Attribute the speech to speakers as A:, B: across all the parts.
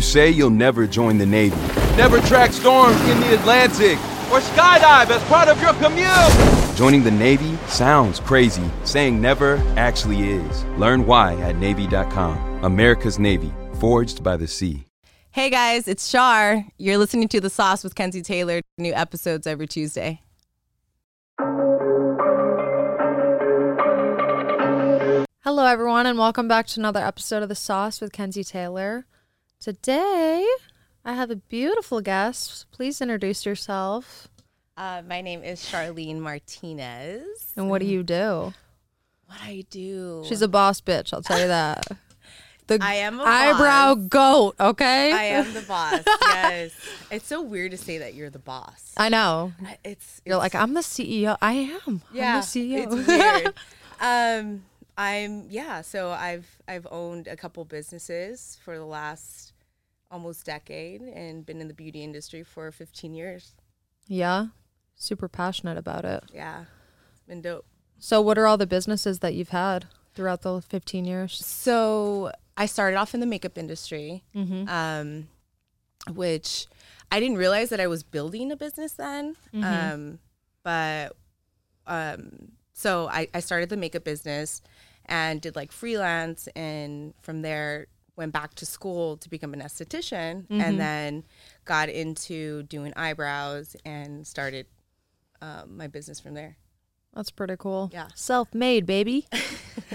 A: say you'll never join the Navy, never track storms in the Atlantic, or skydive as part of your commute. Joining the Navy sounds crazy. Saying never actually is. Learn why at Navy.com. America's Navy, forged by the sea.
B: Hey guys, it's Shar. You're listening to The Sauce with Kenzie Taylor. New episodes every Tuesday.
C: Hello, everyone, and welcome back to another episode of The Sauce with Kenzie Taylor. Today, I have a beautiful guest. Please introduce yourself.
B: Uh, my name is Charlene Martinez.
C: And what do you do?
B: What I do?
C: She's a boss bitch, I'll tell you that. The
B: I am a
C: eyebrow goat, okay?
B: I am the boss. yes. It's so weird to say that you're the boss.
C: I know.
B: I- It's,
C: You're
B: it's-
C: like, I'm the CEO. I am. I'm
B: yeah,
C: the E CEO.
B: It's weird. um, I'm yeah. So I've I've owned a couple businesses for the last almost decade and been in the beauty industry for 15 years.
C: yeah. Super passionate about it.
B: Yeah, it's been dope.
C: So, what are all the businesses that you've had throughout the 15 years?
B: So I started off in the makeup industry, um, which I didn't realize that I was building a business then. Um, but um, so I, I started the makeup business and did like freelance, and from there went back to school to become an esthetician, and then got into doing eyebrows and started um, my business from there.
C: That's pretty cool.
B: Yeah.
C: Self made, baby.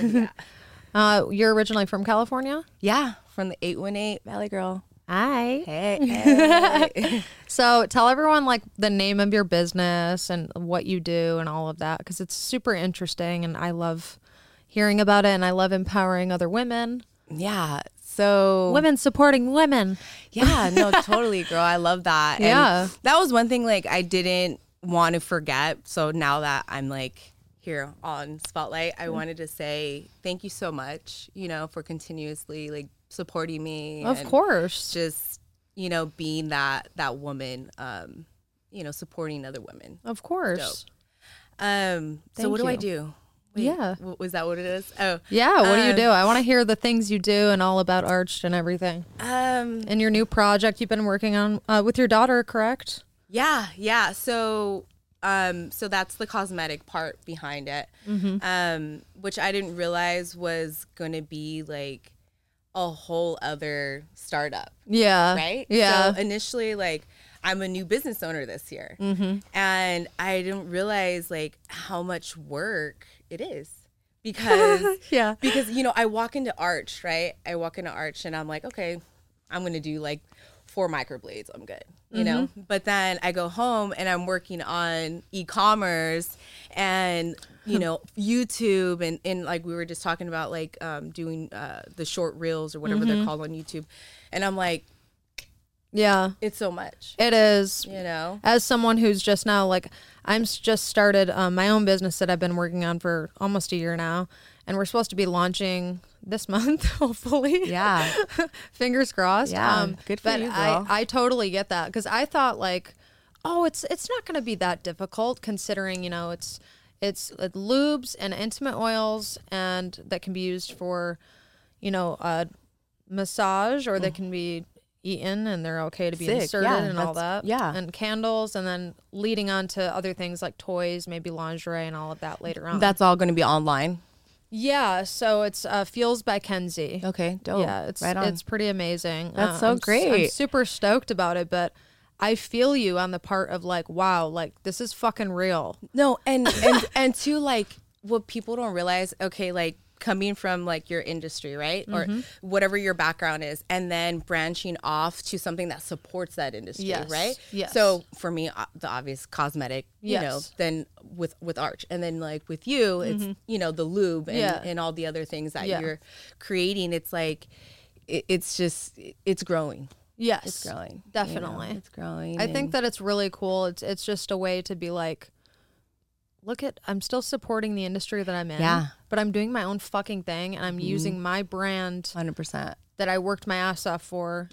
C: uh, you're originally from California?
B: Yeah, from the eight one eight Valley Girl.
C: Hi.
B: Hey.
C: So tell everyone like the name of your business and what you do and all of that because it's super interesting and I love hearing about it and I love empowering other women.
B: yeah. So
C: Women supporting women.
B: Yeah, no, totally, girl. I love that. And
C: Yeah.
B: that was one thing like I didn't want to forget. So now that I'm like here on Spotlight,
C: Mm.
B: I wanted to say thank you so much, you know, for continuously like supporting me.
C: Of
B: and
C: course.
B: Just, you know, being that that woman, um, you know, supporting other women.
C: Of course.
B: Um so
C: Thank
B: what do I
C: you.
B: do?
C: Yeah.
B: w- was that what it is? Oh.
C: Yeah, what do you
B: Um,
C: do? I want to hear the things you do and all about Arched and everything.
B: Um
C: And your new project you've been working on uh, with your daughter, correct?
B: Yeah, yeah. So, um, so that's the cosmetic part behind it, um, which I didn't realize was going to be like a whole other startup,
C: Yeah.
B: right?
C: Uh, Yeah.
B: So initially, like I'm a new business owner this year, and I didn't realize like how much work it is because
C: yeah.
B: because you know I walk into Arch, right? I walk into Arch and I'm like, okay, I'm gonna do like four microblades. I'm good, you know. But then I go home and I'm working on e-commerce and you know YouTube and and like we were just talking about like um, doing uh, the short reels or whatever they're called on YouTube, and I'm like,
C: Yeah.
B: it's so much,
C: It is
B: you know.
C: as someone who's just now like i'm s- just started um, my own business that i've been working on for almost a year now and we're supposed to be launching this month hopefully
B: Yeah.
C: fingers crossed Um,
B: Yeah, good for
C: but
B: you,
C: I,
B: girl.
C: I totally get that because i thought like oh it's it's not going to be that difficult considering you know it's it's uh, lubes and intimate oils and that can be used for you know uh massage or they can be eaten and they're okay to be
B: Sick,
C: inserted
B: yeah,
C: and all
B: that's-
C: that
B: yeah.
C: and candles and then leading on to other things like toys maybe lingerie and all of that later on
B: That's all going to be online.
C: yeah so it's uh fuels by kenzie
B: Okay, dope.
C: yeah it's it's pretty amazing Uh,
B: That's so
C: I'm s- i'm
B: great.
C: super stoked about it but i feel you on the part of like wow like this is fucking real
B: No, and and and to like what people don't realize, okay, like coming from like your industry, right?
C: Mm-hmm.
B: Or whatever your background is and then branching off to something that supports that industry,
C: Yes,
B: right?
C: yes.
B: So for me o- the obvious cosmetic, you know,
C: Yes. Mm-hmm.
B: then with with Arch and then like with you, it's you know the lube and
C: Yeah.
B: and all the other things that
C: Yeah.
B: you're creating, it's like it, it's just it's growing.
C: yes
B: It's growing. you know,
C: definitely
B: it's growing.
C: I think
B: and-
C: that it's really cool. It's it's just a way to be like, look at I'm still supporting the industry that I'm in.
B: Yeah. Mm-hmm.
C: But I'm doing my own fucking thing and I'm using my brand
B: 100%.
C: that I worked my ass off for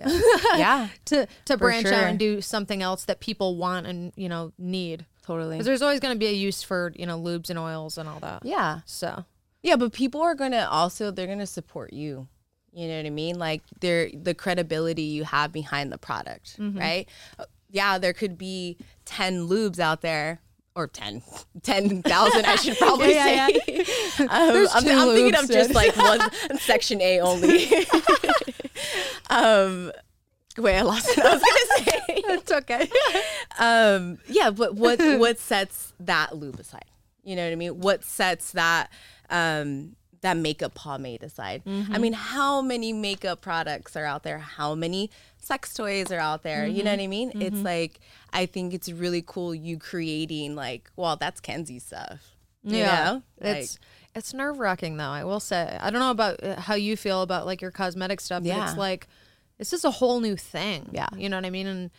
B: yeah,
C: to to branch out
B: sure.
C: and do something else that people want and, you know, need.
B: totally.
C: Because there's always going to be a use for, you know, lubes and oils and all that.
B: Yeah.
C: So,
B: Yeah, but people are gonna also they're gonna support you. You know what I mean? Like there the credibility you have behind the product,
C: Mm-hmm.
B: right? Uh, Yeah, there could be 10 lubes out there or 10 10,000 I should probably
C: Yeah, yeah,
B: say. Um,
C: There's
B: I'm,
C: two
B: I'm thinking of
C: lubes,
B: just
C: dude.
B: like one section A only. um wait, I lost what I was going to say.
C: It's okay.
B: um yeah but what what sets that lube aside you know what i mean what sets that um that makeup pomade aside
C: Mm-hmm.
B: i mean how many makeup products are out there how many sex toys are out there you know
C: Mm-hmm.
B: what i mean it's like i think it's really cool you creating like well that's kenzie stuff you know? Like-
C: it's it's nerve wracking though. I will say. I don't know about uh, how you feel about like your cosmetic stuff. But
B: Yeah.
C: it's like this is a whole new thing.
B: Yeah.
C: you know what I mean. And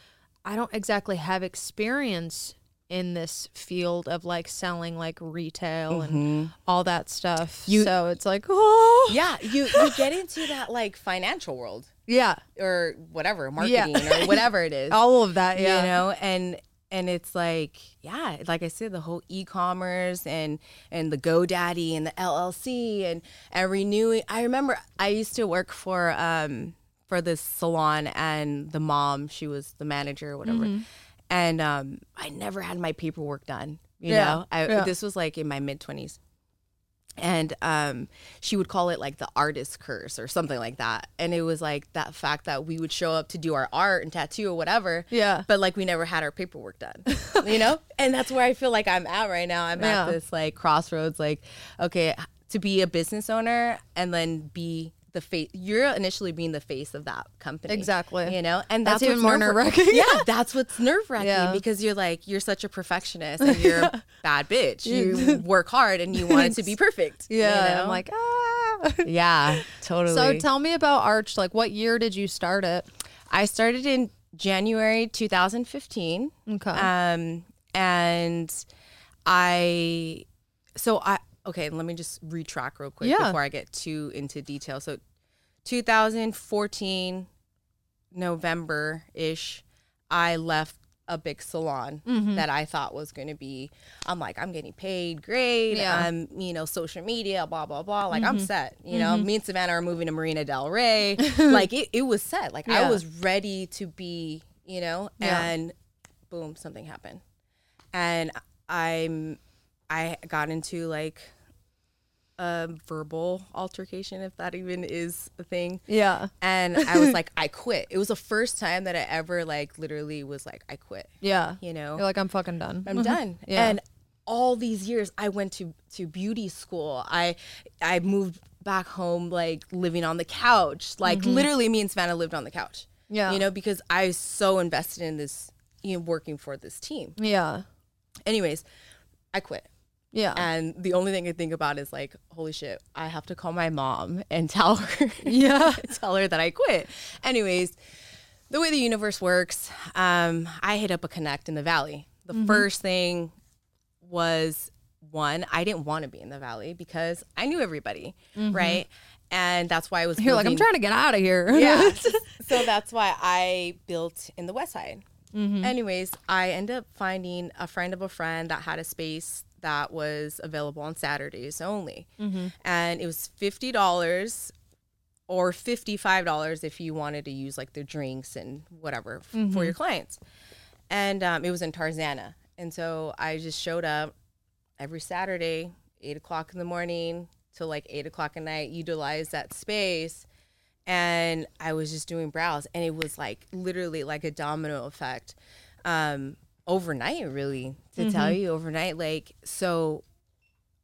C: I don't exactly have experience in this field of like selling like retail and all that stuff.
B: You-
C: so it's like oh
B: yeah you you get into that like financial world
C: yeah,
B: or whatever
C: Yeah.
B: marketing or whatever it is
C: all of that. Yeah,
B: you know and and it's like yeah like i said the whole e-commerce and and the godaddy and the llc and every new i remember i used to work for um for this salon and the mom she was the manager or whatever
C: Mm-hmm.
B: and um i never had my paperwork done you
C: Yeah,
B: know I,
C: yeah.
B: this was like in my mid-20s and um, she would call it like the artist curse or something like that. And it was like that fact that we would show up to do our art and tattoo or whatever,
C: Yeah.
B: but like we never had our paperwork done, you know? And that's where I feel like I'm at right now. I'm
C: Yeah.
B: at this like crossroads, like, okay, to be a business owner and then be the face, you're initially being the face of that company.
C: Exactly.
B: You know? And
C: That's
B: that's, what's
C: even more
B: nerve-wra-
C: nerve-wracking.
B: Yeah, that's what's nerve wracking
C: Yeah.
B: because you're like, you're such a perfectionist and you're a bad bitch. You work hard and you want it to be perfect. you
C: yeah.
B: know?
C: I'm like ah.
B: yeah, totally.
C: so tell me about Arch. Like, what year did you start it?
B: I started in January 2015.
C: Okay.
B: Um, and I, so I, okay, let me just retrack real quick
C: Yeah.
B: before I get too into detail. So 2014, November ish, I left a big salon
C: Mm-hmm.
B: that I thought was going to be, I'm like, I'm getting paid great.
C: Yeah. Mm-hmm.
B: I'm, you know, social media, blah, blah, blah. Like, I'm set. You know, me and Savannah are moving to Marina Del Rey. like, it, it was set. Like,
C: Yeah.
B: I was ready to be, you know,
C: Yeah.
B: and boom, something happened. And I'm, I got into like a verbal altercation, if that even is a thing
C: yeah,
B: and I was like, I quit. It was the first time that I ever like literally was like, I quit.
C: yeah.
B: You
C: You're
B: know,
C: like I'm fucking done.
B: I'm done.
C: Mm-hmm. Yeah.
B: And all these years, I went to to beauty school. I I moved back home, like living on the couch. Like literally, me and Savannah lived on the couch.
C: Mm-hmm. Yeah.
B: you know, because I was so invested in this, you know, working for this team.
C: Yeah.
B: Anyways, I quit.
C: Yeah.
B: And the only thing I think about is like, holy shit, I have to call my mom and tell her.
C: yeah.
B: tell her that I quit. Anyways, the way the universe works, um, I hit up a connect in the valley. The
C: Mm-hmm.
B: first thing was one, I didn't want to be in the valley because I knew everybody, right? And that's why I was
C: Mm-hmm. You're like, I'm
B: moving-
C: trying to get out of here.
B: yeah. so that's why I built in the West Side. Anyways, I ended up finding a friend of a friend that had a space that was available on Saturdays only. And it was $50 or $55 if you wanted to use like the drinks and whatever f- for your clients. And um, it was in Tarzana. And so I just showed up every Saturday, eight o'clock in the morning till like eight o'clock at night, utilized that space and I was just doing brows, and it was like literally like a domino effect um, overnight, really, to tell you overnight. Like, so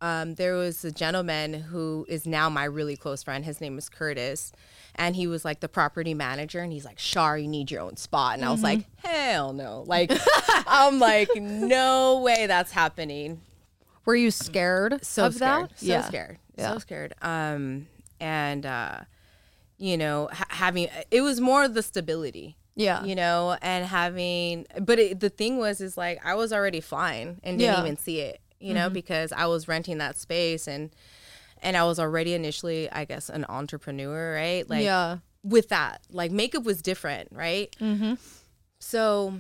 B: um, there was a gentleman who is now my really close friend. His name is Curtis, and he was like the property manager, and he's like, "Shar, you need your own spot," and I was like, "Hell no!" Like, I'm like, "No way, that's happening."
C: Were you scared
B: so
C: of
B: scared,
C: that?
B: so scared,
C: Yeah.
B: so scared. Um, and uh, you know, ha- having it was more the stability.
C: Yeah.
B: you know, and having, but it, the thing was, is like I was already flying and didn't
C: Yeah. Mm-hmm.
B: even see it, you know, because I was renting that space and and I was already initially, I guess, an entrepreneur, right? Like,
C: yeah.
B: with that like makeup was different right mm-hmm. so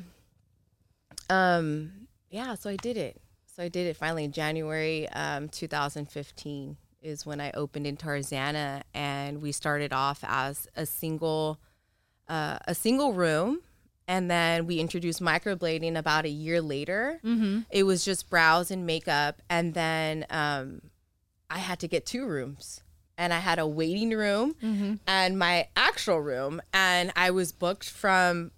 B: um yeah so i did it so i did it finally in january um 2015 is when I opened in Tarzana, and we started off as a single, uh, a single room, and then we introduced microblading about a year later. It was just brows and makeup, and then um, I had to get two rooms. And I had a waiting room and my actual room, and I was booked from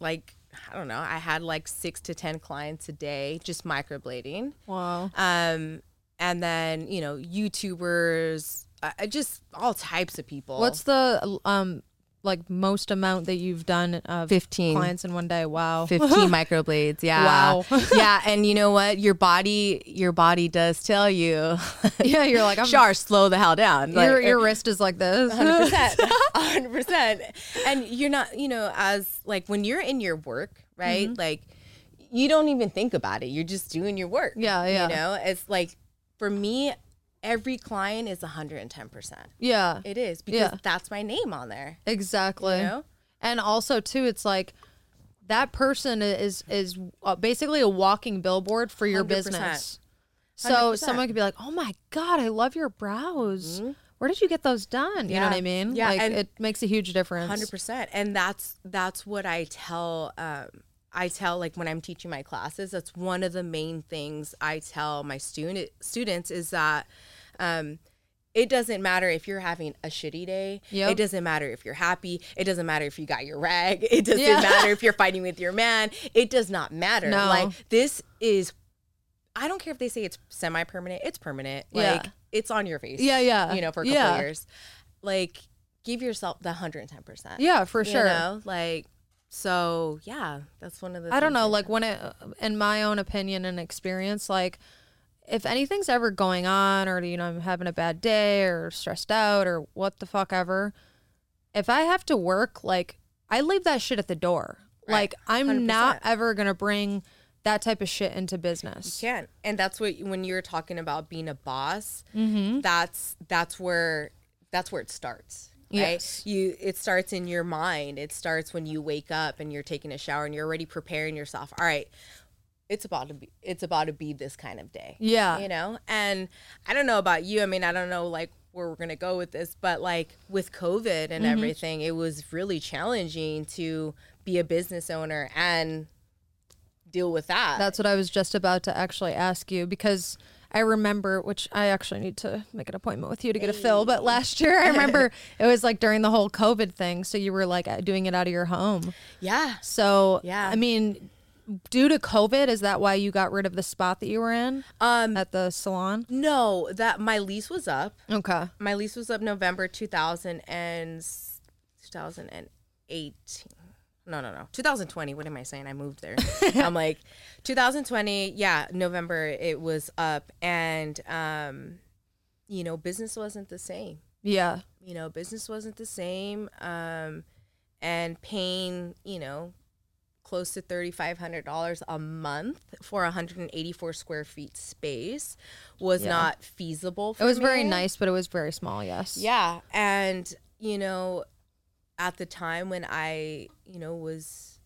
B: like I don't know. I had like six to ten clients a day just microblading.
C: Wow.
B: Um, and then you know YouTubers, I I just all types of people.
C: What's the um like most amount that you've done of
B: 15.
C: clients in one day? Wow.
B: 15 microblades yeah
C: Wow.
B: yeah and you know what your body your body does tell you
C: Yeah, you're like I'm
B: char slow the hell down Like,
C: Your, your wrist is like this.
B: 100%. 100%. And you're not, you know, as like when you're in your work, right?
C: Mm-hmm.
B: Like you don't even think about it. You're just doing your work.
C: Yeah, yeah.
B: You know, it's like for me, every client is 110%.
C: yeah.
B: It is because
C: Yeah.
B: that's my name on there.
C: Exactly.
B: You know?
C: And also too, it's like that person is is uh, basically a walking billboard for your
B: 100%.
C: business. So
B: 100%.
C: someone could be like, "Oh my god, I love your brows. Where did you get those done?" You
B: Mm-hmm.
C: know
B: Yeah.
C: what I mean?
B: Yeah,
C: like
B: and-
C: it makes a huge difference.
B: Hundred percent, and that's that's what I tell. Um, I tell like when I'm teaching my classes. That's one of the main things I tell my student students is that um, it doesn't matter if you're having a shitty day.
C: Yep.
B: It doesn't matter if you're happy. It doesn't matter if you got your rag. It doesn't
C: Yeah.
B: matter if you're fighting with your man. It does not matter.
C: No.
B: Like this is. I don't care if they say it's semi permanent. It's permanent.
C: Yeah.
B: Like it's on your face.
C: Yeah, yeah.
B: You know, for a couple
C: Yeah.
B: years. Like give yourself the hundred and ten percent.
C: Yeah, for
B: You
C: sure.
B: know, like so, yeah, that's one of the.
C: I don't
B: things
C: know. Like when it, in my own opinion and experience, like if anything's ever going on, or you know, I'm having a bad day, or stressed out, or what the fuck ever, if I have to work, like I leave that shit at the door.
B: Right.
C: Like I'm
B: 100%.
C: not ever gonna bring that type of shit into business.
B: you can't, and that's what when you're talking about being a boss,
C: Mm-hmm.
B: that's that's where that's where it starts. Right?
C: Yes.
B: You it starts in your mind. It starts when you wake up and you're taking a shower and you're already preparing yourself. All right. It's about to be it's about to be this kind of day.
C: Yeah.
B: You know? And I don't know about you. I mean, I don't know like where we're going to go with this, but like with COVID
C: Mm-hmm.
B: and everything, it was really challenging to be a business owner and deal with that.
C: That's what I was just about to actually ask you because I remember, which I actually need to make an appointment with you to get a fill. But last year, I remember it was like during the whole COVID thing. So you were like doing it out of your home.
B: yeah.
C: So
B: Yeah.
C: I mean, due to COVID, is that why you got rid of the spot that you were in
B: Um
C: at the salon?
B: no, that my lease was up.
C: Okay.
B: my lease was up November 2000 and s- 2018. No, no, no. 2020. What am I saying? I moved there. I'm like 2020. Yeah, November it was up and um you know, business wasn't the same.
C: Yeah.
B: You know, business wasn't the same um and paying, you know, close to $3500 a month for 184 square feet space was not feasible for
C: It was very
B: me.
C: nice, but it was very small. Yes.
B: Yeah. And, you know, at the time when I, you know, was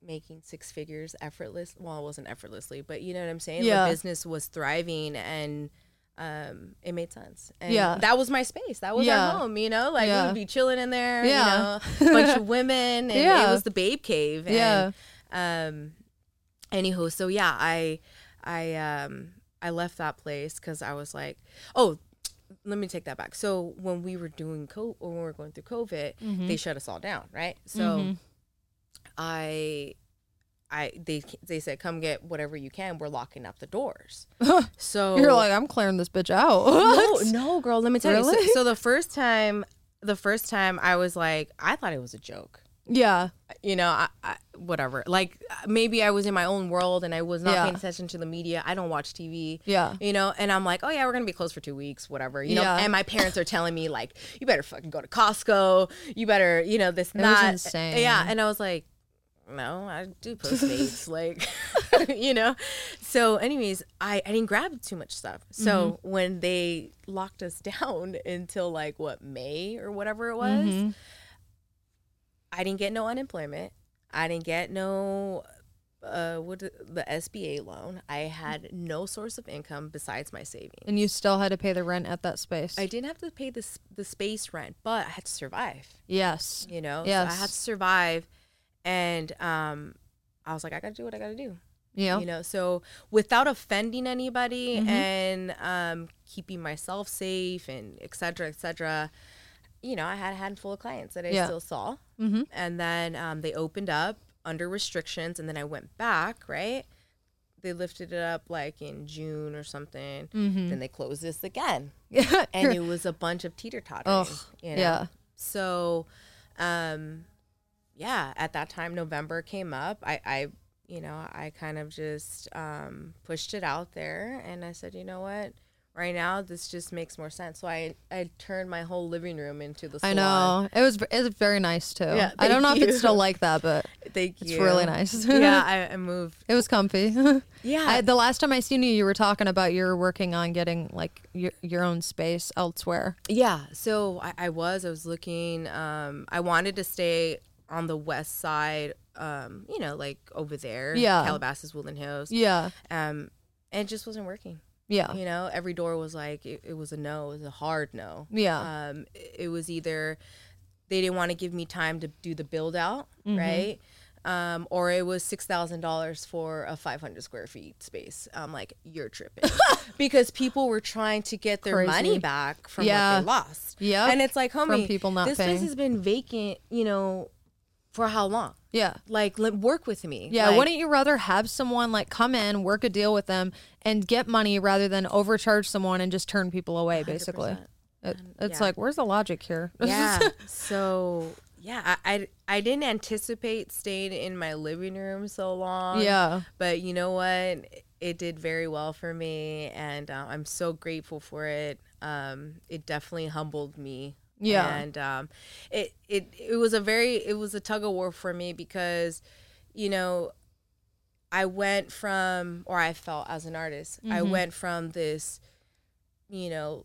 B: making six figures effortless, well, it wasn't effortlessly, but you know what I'm saying?
C: Yeah.
B: The business was thriving and um, it made sense. And
C: Yeah.
B: that was my space. That was
C: Yeah.
B: our home, you know? Like
C: Yeah.
B: we would be chilling in there,
C: Yeah.
B: you know, a bunch of women and
C: Yeah.
B: it was the babe cave. And,
C: Yeah.
B: um anywho so yeah i i um i left that place because i was like oh let me take that back so when we were doing co or when we were going through covid
C: Mm-hmm.
B: they shut us all down right so i i they they said come get whatever you can we're locking up the doors so
C: You're like, I'm clearing this bitch out.
B: no, no, girl. Let me tell you.
C: Really?
B: So, so the first time, the first time, I was like, I thought it was a joke
C: yeah.
B: you know, I, I, whatever. Like maybe I was in my own world and I was not
C: Yeah.
B: paying attention to the media. I don't watch TV.
C: Yeah.
B: You know, and I'm like, oh yeah, we're gonna be closed for two weeks, whatever. You
C: Yeah.
B: know, and my parents are telling me like, you better fucking go to Costco. You better, you know, this and
C: It was
B: that.
C: insane.
B: Yeah, and I was like, no, I do Postmates, like, you know. So, anyways, I I didn't grab too much stuff. So
C: Mm-hmm.
B: when they locked us down until like what May or whatever it was.
C: Mm-hmm.
B: I didn't get no unemployment. I didn't get no uh, what did- the SBA loan, I had no source of income besides my savings.
C: And you still had to pay the rent at that space.
B: I didn't have to pay the s- the space rent, but I had to survive.
C: yes.
B: You know, so I
C: Yes.
B: had to survive, and um, I was like, I gotta do what I gotta do.
C: Yeah.
B: You know, so without offending anybody
C: Mm-hmm.
B: and um, keeping myself safe and et cetera, et cetera, you know, I had a handful of clients that I
C: Yeah. Mm-hmm.
B: still saw. And then um, they opened up under restrictions. And then I went back, right? They lifted it up like in June or something.
C: Mm-hmm.
B: Then they closed this again.
C: Yeah.
B: And it was a bunch of teeter tottering.
C: Ugh,
B: You know?
C: yeah.
B: So, um, yeah, at that time, November came up. I, I, you know, I kind of just um, pushed it out there, and I said, you know what, right now this just makes more sense. So I, I turned my whole living room into the.
C: I
B: Salon.
C: know. It was v- it was very nice too.
B: Yeah,
C: I don't know
B: thank
C: if it's
B: you.
C: still like that, but
B: Thank
C: it's
B: you.
C: really nice.
B: yeah, I, I moved.
C: It was comfy.
B: Yeah.
C: I, the last time I seen you, you were talking about you were working on getting like your, your own space elsewhere.
B: Yeah, so I, I was. I was looking. Um, I wanted to stay on the west side. Um, you know, like over there.
C: Yeah.
B: Calabasas, Woodland Hills.
C: Yeah.
B: Um, and it just wasn't working.
C: Yeah.
B: you know every door was like it, it was a no it was a hard no
C: Yeah.
B: um it, it was either they didn't want to give me time to do the build out
C: Mm-hmm.
B: right um, or it was six thousand dollars for a five hundred square feet space. I'm like, you're tripping, because people were trying to get their
C: Crazy.
B: money back from
C: Yeah.
B: what they lost.
C: Yep.
B: and it's like, homie,
C: From people not
B: this
C: paying.
B: place has been vacant, you know, for how long?
C: Yeah.
B: Like, let, work with me.
C: Yeah,
B: Like,
C: wouldn't you rather have someone like come in, work a deal with them, and get money rather than overcharge someone and just turn people away? Basically, it, it's
B: yeah.
C: like where's the logic here?
B: yeah so yeah I, I i didn't anticipate staying in my living room so long
C: Yeah.
B: but you know what it did very well for me and uh, i'm so grateful for it um it definitely humbled me
C: Yeah.
B: and um it it it was a very it was a tug of war for me because you know i went from or i felt as an artist i
C: Mm-hmm.
B: went from this you know,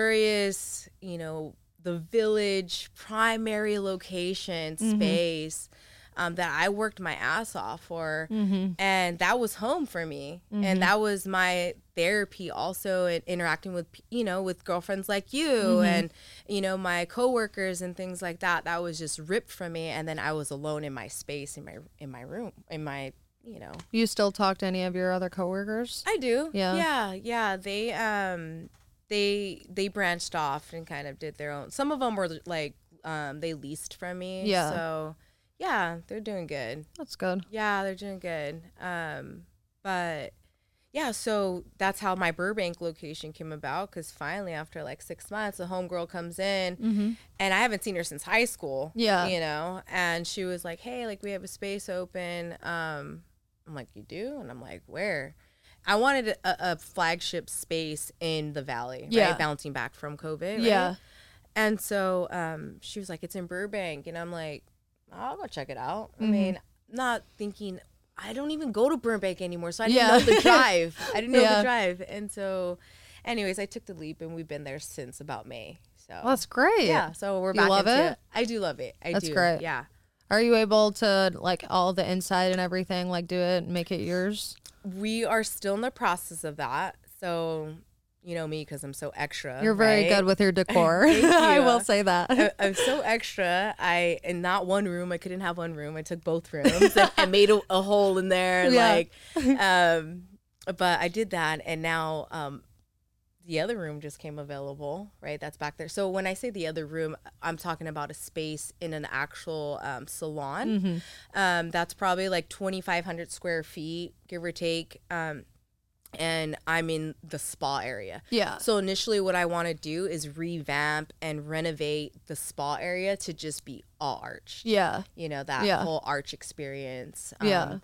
B: luxurious, you know, the village primary location space um, that I worked my ass off for. And that was home for me. And that was my therapy also and interacting with, p- you know, with girlfriends like you and, you know, my coworkers and things like that. That was just ripped from me. And then I was alone in my space, in my, in my room, in my, you know,
C: You still talk to any of your other coworkers?
B: I do.
C: Yeah.
B: Yeah. Yeah. They um they they branched off and kind of did their own. Some of them were like um they leased from me.
C: Yeah.
B: So yeah, they're doing good.
C: That's good.
B: Yeah, they're doing good. Um, but yeah, so that's how my Burbank location came about. Because finally, after like six months, a homegirl comes in, and I haven't seen her since high school.
C: Mm-hmm. Yeah.
B: you know, and she was like, "Hey, like we have a space open." Um, I'm like, "You do?" And I'm like, "Where?" I wanted a, a flagship space in the valley,
C: Yeah.
B: right? Bouncing back from COVID. right?
C: Yeah.
B: And so um, she was like, "It's in Burbank," and I'm like, "I'll go check it out."
C: Mm-hmm.
B: I mean, not thinking I don't even go to Burbank anymore, so I didn't
C: Yeah.
B: know the drive. I didn't know
C: Yeah.
B: the drive, and so, anyways, I took the leap, and we've been there since about May. So
C: Well, that's great.
B: yeah, so we're
C: You
B: back.
C: love
B: into
C: it?
B: I do love it. I
C: That's
B: do.
C: great.
B: Yeah.
C: Are you able to like all the inside and everything, like do it and make it yours?
B: we are still in the process of that. So, you know me because I'm so extra.
C: You're very
B: right?
C: good with your decor.
B: Thank
C: I
B: you. Uh,
C: will say
B: I,
C: that.
B: I'm so extra. I in not one room. I couldn't have one room. I took both rooms. and I made a, a hole in there.
C: Yeah.
B: Like, um, but I did that, and now um, the other room just came available. Right, that's back there. So when I say the other room, I'm talking about a space in an actual um, salon.
C: Mm-hmm.
B: Um, that's probably like 2,500 square feet, give or take. Um, and I'm in the spa area.
C: Yeah.
B: So initially, what I want to do is revamp and renovate the spa area to just be all arch.
C: Yeah.
B: You know that
C: Yeah.
B: whole arch experience. um,
C: Yeah.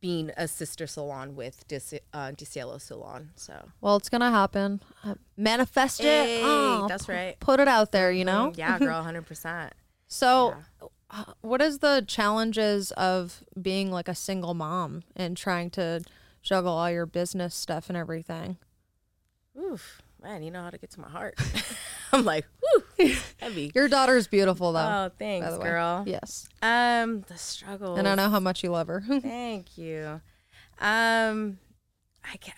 B: Being a sister salon with Dis- uh, DiCielo Salon. So
C: Well, it's gonna happen. Uh, Manifest it.
B: Hey,
C: Oh,
B: that's
C: p-
B: right. Mm-hmm,
C: Put it out there. You know.
B: yeah, girl, hundred percent.
C: So, uh, what is the challenges of being like a single mom and trying to juggle all your business stuff and everything?
B: Oof, man, you know how to get to my heart. I'm like, whew.
D: Heavy.
C: Your daughter's beautiful though.
B: Oh,
C: by
B: thanks,
C: the way.
B: girl.
C: Yes.
B: Um, the struggle.
C: And I know how much you love her.
B: Thank you. Um, I ca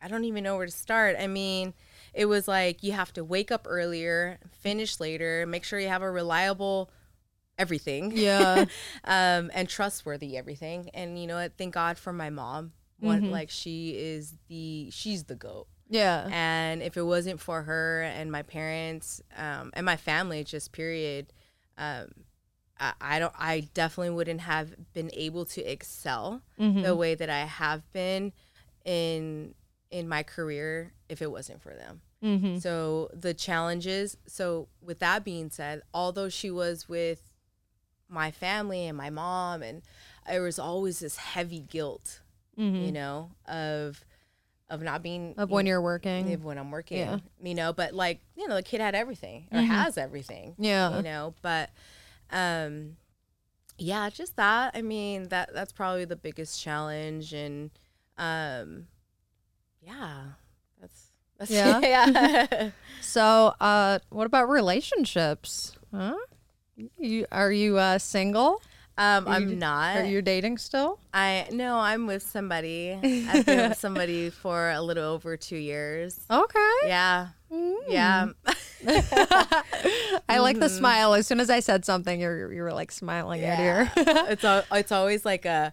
B: I don't even know where to start. I mean, it was like you have to wake up earlier, finish later, make sure you have a reliable everything,
C: yeah.
B: um, and trustworthy everything. And you know what? Thank God for my mom. One, Like she is the she's the goat.
C: Yeah.
B: And if it wasn't for her and my parents um, and my family, just period, um, I, I don't. I definitely wouldn't have been able to excel
C: Mm-hmm.
B: the way that I have been in in my career if it wasn't for them.
C: Mm-hmm.
B: So the challenges. So with that being said, although she was with my family and my mom, and there was always this heavy guilt, you know, of of not being
C: Mm-hmm. Of when
B: you
C: you're working.
B: live when I'm working.
C: Yeah. Mm-hmm.
B: You know, but like, you know, the kid had everything or has everything.
C: Yeah.
B: You know, but um yeah, just that. I mean, that that's probably the biggest challenge and um yeah. That's that's
C: Yeah?
B: yeah.
C: So, uh, what about relationships? Huh? You are you uh, single?
B: um
C: Are you-
B: I'm not.
C: Are you dating still?
B: I no, I'm with somebody. I've been with somebody for a little over 2 years.
C: Okay.
B: Yeah.
C: Mm.
B: Yeah.
C: I like the smile. As soon as I said something, you were- you were like smiling at ear.
B: it's al- it's always like a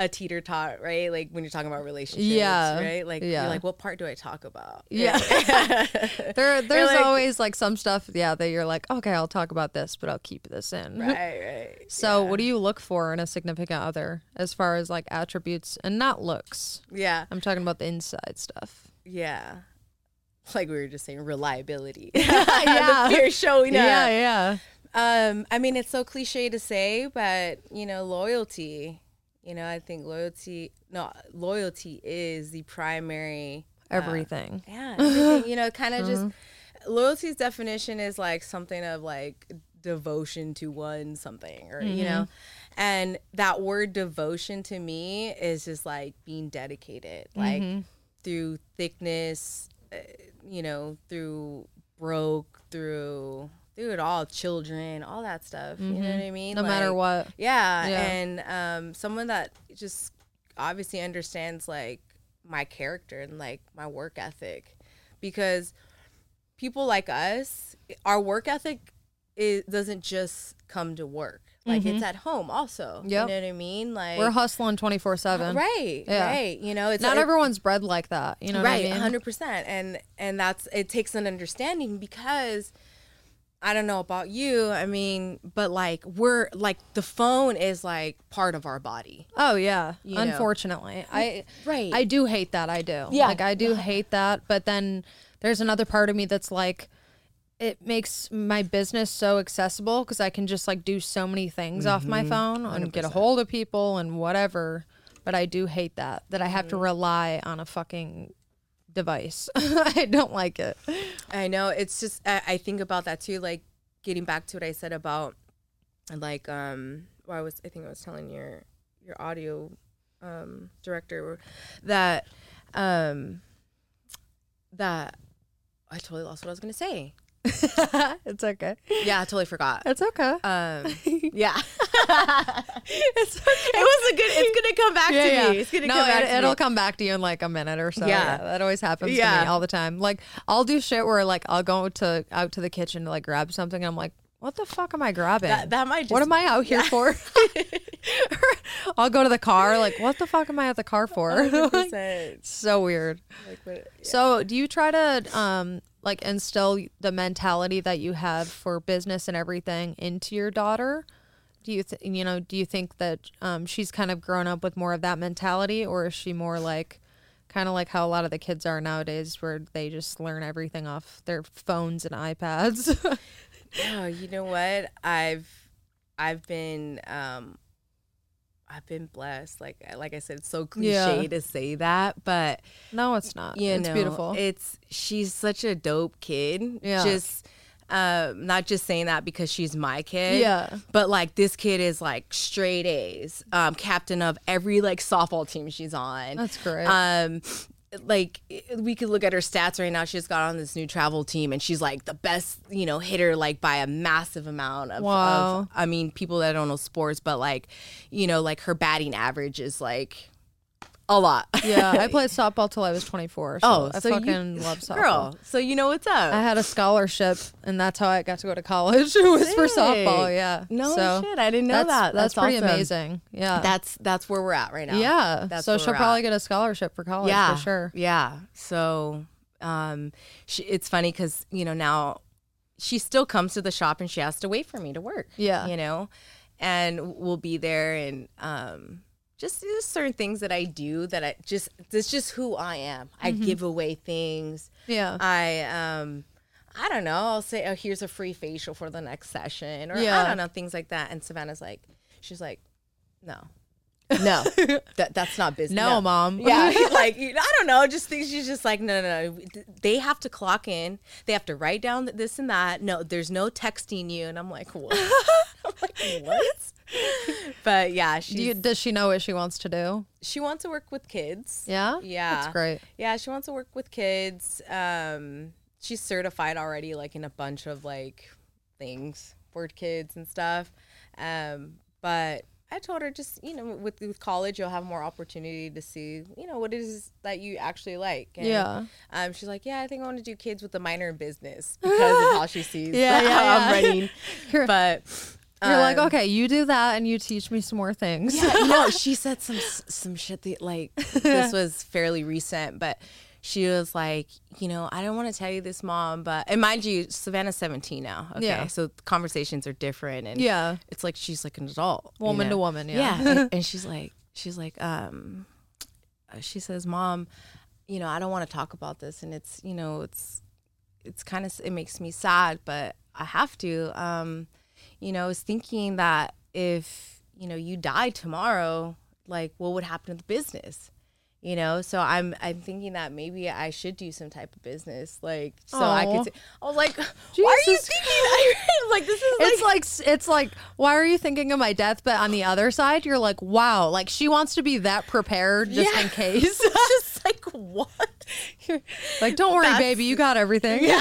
B: a teeter tot, right? Like when you're talking about relationships,
C: Yeah.
B: right? Like
C: Yeah.
B: you're like, what part do I talk about?
C: Yeah. there, there's
B: like-
C: always like some stuff, yeah, that you're like, okay, I'll talk about this, but I'll keep this in.
B: right, right.
C: So, what do you look for in a significant other as far as like attributes and not looks?
B: Yeah,
C: I'm talking about the inside stuff.
B: yeah. Like we were just saying, reliability.
C: Yeah.
B: the fear showing up.
C: Yeah, Uh, yeah.
B: Um, I mean, it's so cliche to say, but you know, loyalty. You know, I think loyalty. No, loyalty is the primary.
C: Everything.
B: Yeah, everything, you know, kind of just
C: Uh-huh.
B: loyalty's definition is like something of like devotion to one something, or you know,
C: Mm-hmm.
B: and that word devotion to me is just like being dedicated, like
C: Mm-hmm.
B: through thickness, uh, you know, through broke, through through it all, children, all that stuff. You know what I mean?
C: Mm-hmm. no matter
B: Like,
C: what.
B: yeah,
C: Yeah.
B: and um, someone that just obviously understands like my character and like my work ethic, because people like us, our work ethic is doesn't just come to work. Like it's at home also.
C: Mm-hmm. Yep.
B: You know what I mean? Like uh,
C: We're hustling 24 7.
B: right,
C: Yeah.
B: right. You know, it's
C: Not
B: it-
C: everyone's bred like that. You know
B: right
C: what I mean?
B: 100% and and that's it takes an understanding because i don't know about you i mean but like we're like the phone is like part of our body
C: Oh yeah.
B: know.
C: Unfortunately, I
B: Right.
C: I do hate that. I do.
B: Yeah.
C: Like I do hate that. But then there's another part of me that's like, it makes my business so accessible because I can just like do so many things off my
B: Mm-hmm.
C: phone and get a hold of people and whatever. But I do hate that that I have
B: Mm.
C: to rely on a fucking device. I don't like it.
B: i know it's just I, I think about that too like getting back to what i said about like um well, i was i think i was telling your your audio um director that um that i totally lost what i was gonna say
C: It's okay.
B: yeah i totally forgot
C: It's okay.
B: Um, yeah. it's, It was a good. It's gonna come back to me. It's gonna
C: no,
B: come back.
C: it,
B: to
C: will
B: me.
C: come back to you in like a minute or so. Yeah,
B: Yeah.
C: that always happens to
B: Yeah.
C: me all the time. Like I'll do shit where like I'll go to out to the kitchen to like grab something. And I'm like, what the fuck am I grabbing?
B: That- that might
C: what
B: just-
C: am I out here for? I'll go to the car. Like what the fuck am I at the car for? Like, so weird.
B: Like, what-
C: So do you try to um like instill the mentality that you have for business and everything into your daughter? Do you th- you know do you think that um, she's kind of grown up with more of that mentality, or is she more like kind of like how a lot of the kids are nowadays, where they just learn everything off their phones and iPads?
B: Oh, you know what? I've I've been um I've been blessed. Like like I said, it's so cliche
C: Yeah.
B: to say that, but
C: no, it's not.
B: you
C: it's
B: know,
C: beautiful.
B: It's she's such a dope kid.
C: Yeah.
B: Just um, not just saying that because she's my kid.
C: Yeah.
B: But like this kid is like straight A's, um, captain of every like softball team she's on.
C: That's great.
B: Um, like we could look at her stats right now. She just got on this new travel team, and she's like the best, you know, hitter like by a massive amount of.
C: Wow.
B: of- I mean, people that don't know sports, but like, you know, like her batting average is like a lot.
C: Yeah, I played softball till I was 24. So
B: Oh,
C: I
B: so you-
C: fucking love softball.
B: girl. So you know what's up.
C: I had a scholarship, and that's how I got to go to college. It was for softball.
B: Sick.
C: Yeah.
B: No
C: so
B: shit, I didn't know
C: that's,
B: that.
C: That's,
B: That's
C: pretty
B: awesome.
C: amazing. Yeah.
B: that's that's where we're at right now.
C: yeah.
B: That's
C: so
B: where
C: she'll
B: we're
C: probably
B: at.
C: get a scholarship for college
B: yeah
C: for sure.
B: Yeah. So, um, she, it's funny because you know now she still comes to the shop and she has to wait for me to work.
C: Yeah.
B: You know, and we'll be there and um. Just there's certain things that I do that I just that's just who I am. I
C: Mm-hmm.
B: give away things.
C: Yeah.
B: I um I don't know. I'll say, oh, here's a free facial for the next session, or
C: Yeah.
B: I don't know things like that. And Savannah's like, she's like, no, Uh, no, that, that's not business.
C: No, Mom.
B: Yeah, like you know, I don't know. Just things. She's just like, no, no, no. They have to clock in. They have to write down th- this and that. No, there's no texting you. And I'm like, what? I'm like, what? But yeah,
C: Do
B: she
C: you, does she know what she wants to do?
B: she wants to work with kids.
C: Yeah.
B: Yeah.
C: That's great.
B: Yeah, she wants to work with kids. Um, she's certified already, like in a bunch of like things for kids and stuff. Um, but I told her just you know, with, with college, you'll have more opportunity to see you know what it is that you actually like. And,
C: Yeah.
B: Um, she's like, yeah, I think I want to do kids with a minor in business because of how she sees
C: Yeah, yeah,
B: how I'm
C: yeah.
B: running. But
C: You're like,
B: um,
C: okay, you do that, and you teach me some more things.
B: yeah, no, she said some some shit that like this was fairly recent, but she was like, you know, I don't want to tell you this, mom, but and mind you, Savannah's seventeen now. Okay,
C: Yeah.
B: so conversations are different, and
C: Yeah.
B: it's like she's like an adult, you
C: Woman to
B: know?
C: woman, yeah.
B: yeah. and, and she's like, she's like, um, uh, she says, mom, you know, I don't want to talk about this, and it's you know, it's it's kind of it makes me sad, but I have to. Um, you know, I was thinking that if you know you die tomorrow, like what would happen to the business? You know, so I'm I'm thinking that maybe I should do some type of business, like so I
C: Aw.
B: could. T- I was like, why are you
C: Jesus
B: thinking? I like this is like
C: It's like it's like why are you thinking of my death? But on the other side, you're like, wow, like she wants to be that prepared just
B: Yeah.
C: in case.
B: It's just like what? You're-
C: Like, don't worry,
B: That's-
C: baby, you got everything.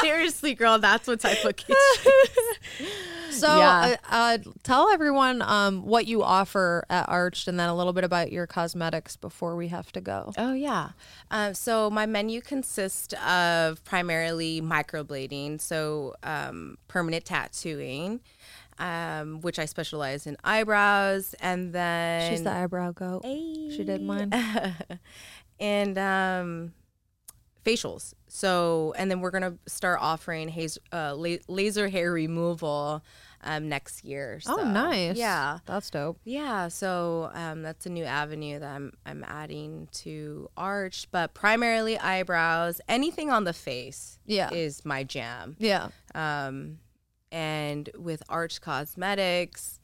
B: Seriously, girl, that's what type of kitchen.
C: So,
B: Yeah.
C: uh, uh, tell everyone um, what you offer at Arched, and then a little bit about your cosmetics before we have to go.
B: Oh yeah. Um, so my menu consists of primarily microblading, so um, permanent tattooing, um, which I specialize in eyebrows, and then
C: She's the eyebrow goat. She did mine.
B: and um, facials. So, and then we're gonna start offering haz- uh, la- laser hair removal um, next year.
C: Oh,
B: So,
C: nice.
B: Yeah,
C: that's dope.
B: yeah. So um, that's a new avenue that I'm I'm adding to arch, but primarily eyebrows. Anything on the face,
C: Yeah.
B: is my jam.
C: Yeah,
B: Um, and with Arch Cosmetics,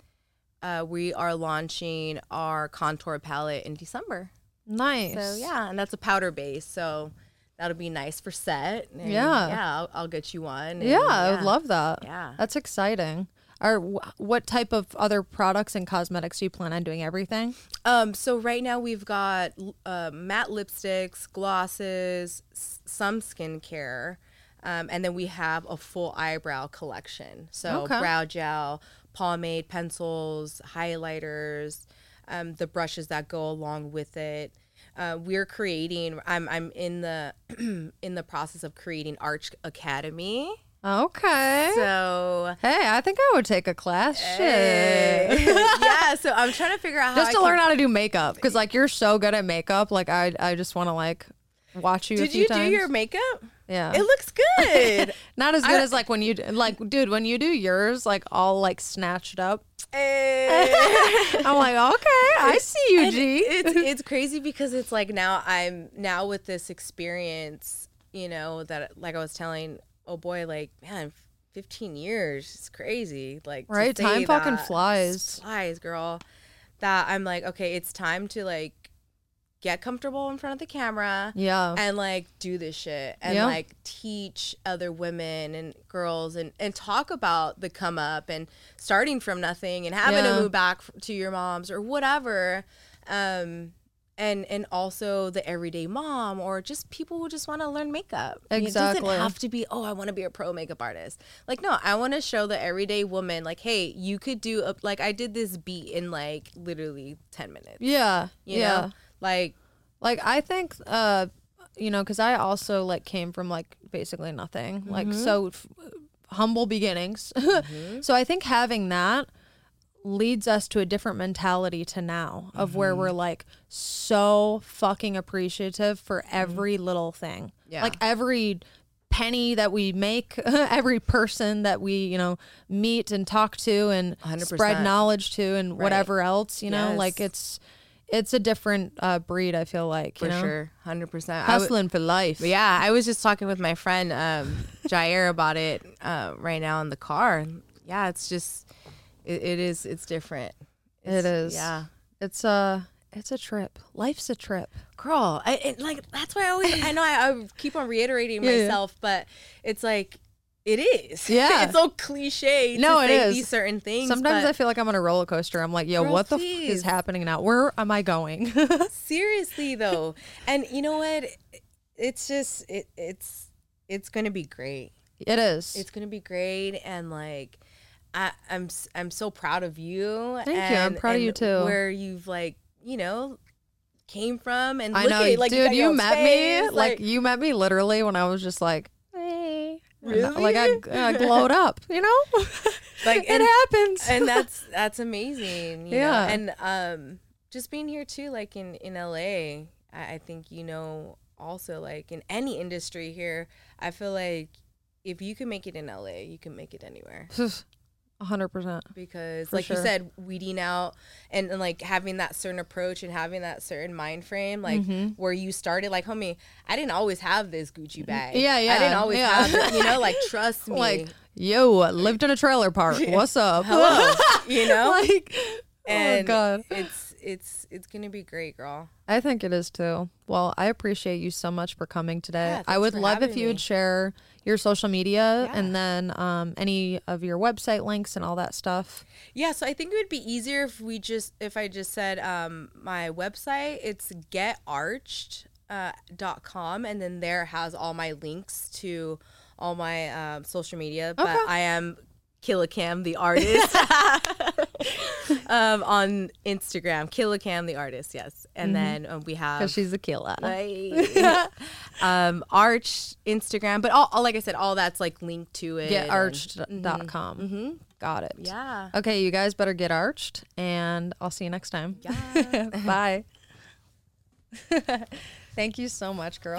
B: uh, we are launching our contour palette in December.
C: nice.
B: So yeah, and that's a powder base. So that'll be nice for set. and
C: Yeah.
B: yeah, I'll, I'll get you one. and
C: yeah, I would love that.
B: Yeah.
C: that's exciting. Or wh- what type of other products and cosmetics do you plan on doing? Everything.
B: Um, so right now we've got uh, matte lipsticks, glosses, s- some skincare, um, and then we have a full eyebrow collection. So
C: Okay.
B: brow gel, pomade, pencils, highlighters, um, the brushes that go along with it. Uh, we're creating. I'm I'm in the in the process of creating Arch Academy.
C: Okay.
B: So
C: hey, I think I would take a class. Shit.
B: yeah, so I'm trying to figure out how
C: just
B: I
C: to
B: can-
C: learn how to do makeup because like you're so good at makeup like i i just want to like watch you a
B: Did
C: few
B: you
C: times.
B: do your makeup?
C: yeah
B: It looks good.
C: not as good as like when you d- like dude when you do yours like all like snatched up
B: Eh.
C: i'm like okay i see you g
B: it's it's crazy because it's like now I'm now with this experience, you know, that like I was telling oh boy, like man, 15 years, it's crazy. Like to
C: Right,
B: say
C: time fucking
B: that-
C: flies.
B: flies, girl. That I'm like, okay, it's time to like get comfortable in front of the camera.
C: yeah
B: and like do this shit and
C: Yeah.
B: like teach other women and girls and and talk about the come up and starting from nothing and having
C: Yeah.
B: to move back f- to your mom's or whatever um and and also the everyday mom or just people who just want to learn makeup. It
C: Exactly.
B: doesn't have to be, oh, I want to be a pro makeup artist. Like no, I want to show the everyday woman like, hey, you could do a, like I did this beat in like literally 10 minutes.
C: Yeah.
B: You
C: yeah.
B: know? Like
C: Like I think uh you know cuz I also like came from like basically nothing. Like
B: Mm-hmm.
C: so f- humble beginnings. so I think having that leads us to a different mentality to now of where
B: Mm-hmm.
C: we're like so fucking appreciative for every little thing.
B: Mm-hmm. Yeah.
C: Like every penny that we make, every person that we, you know, meet and talk to and
B: 100%.
C: spread knowledge to and whatever else, you know,
B: Yes.
C: like it's it's a different uh, breed. I feel like
B: for
C: you know?
B: sure, 100%. I would-
C: hustling for life.
B: But yeah, I was just talking with my friend um, Jair about it uh, right now in the car. Yeah, it's just it, it is it's different.
C: it is.
B: Yeah,
C: it's a it's a trip. Life's a trip.
B: girl. I it, like that's why I always I know I, I keep on reiterating
C: Yeah, yeah.
B: myself, but it's like it is.
C: Yeah.
B: it's so cliche.
C: No,
B: to
C: it
B: say
C: is.
B: these certain things.
C: Sometimes
B: but
C: I feel like I'm on a roller coaster. I'm like, yo,
B: Girl,
C: what the f-
B: please.
C: is happening now? Where am I going?
B: seriously though, and you know what? It's just it it's it's gonna be great.
C: it is.
B: It's gonna be great, and like, I, I'm s- I'm so proud of you.
C: Thank you. I'm
B: and-
C: proud of you
B: and
C: too.
B: Where you've like you know came from, and
C: I
B: look
C: know,
B: at, like,
C: dude.
B: got
C: You,
B: your own
C: met me
B: space,
C: like, you met me literally when I was just like, hey, And I-
B: Really?
C: like I, I glowed up. You know,
B: Like,
C: it
B: and-
C: happens.
B: and that's that's amazing. You
C: Yeah.
B: know? and um, just being here too, like in in LA, I, I think you know also like in any industry here, I feel like if you can make it in LA, you can make it anywhere.
C: hundred percent.
B: because
C: For
B: like
C: sure.
B: you said weeding out and, and like having that certain approach and having that certain mind frame like
C: Mm-hmm.
B: where you started like homie i didn't always have this gucci bag
C: Yeah,
B: i didn't
C: yeah,
B: always
C: yeah.
B: have it you know like trust me
C: Like, yo, I lived in a trailer park. What's up?
B: hello you know
C: like,
B: and
C: oh god.
B: it's it's it's gonna be great girl
C: I think it is too. Well, I appreciate you so much for coming today.
B: Yeah,
C: I
B: thanks
C: would
B: for
C: love if
B: having
C: you
B: me.
C: would share your social media
B: Yeah.
C: and then um, any of your website links and all that stuff.
B: yeah so i think it would be easier if we just if i just said um my website it's getarched uh, dot com and then there has all my links to all my um, social media but i am Killacam the artist um, on Instagram. Killacam the artist, yes. And then um, we have
C: Because she's a killer.
B: Right. um, Arch Instagram, but all, all- like I said, all that's like linked to it. and-
C: Getarched.com. com. Got it.
B: Mm-hmm. Yeah.
C: Okay, you guys better get arched, and I'll see you next time. Yeah. Bye. Thank you so much, girl.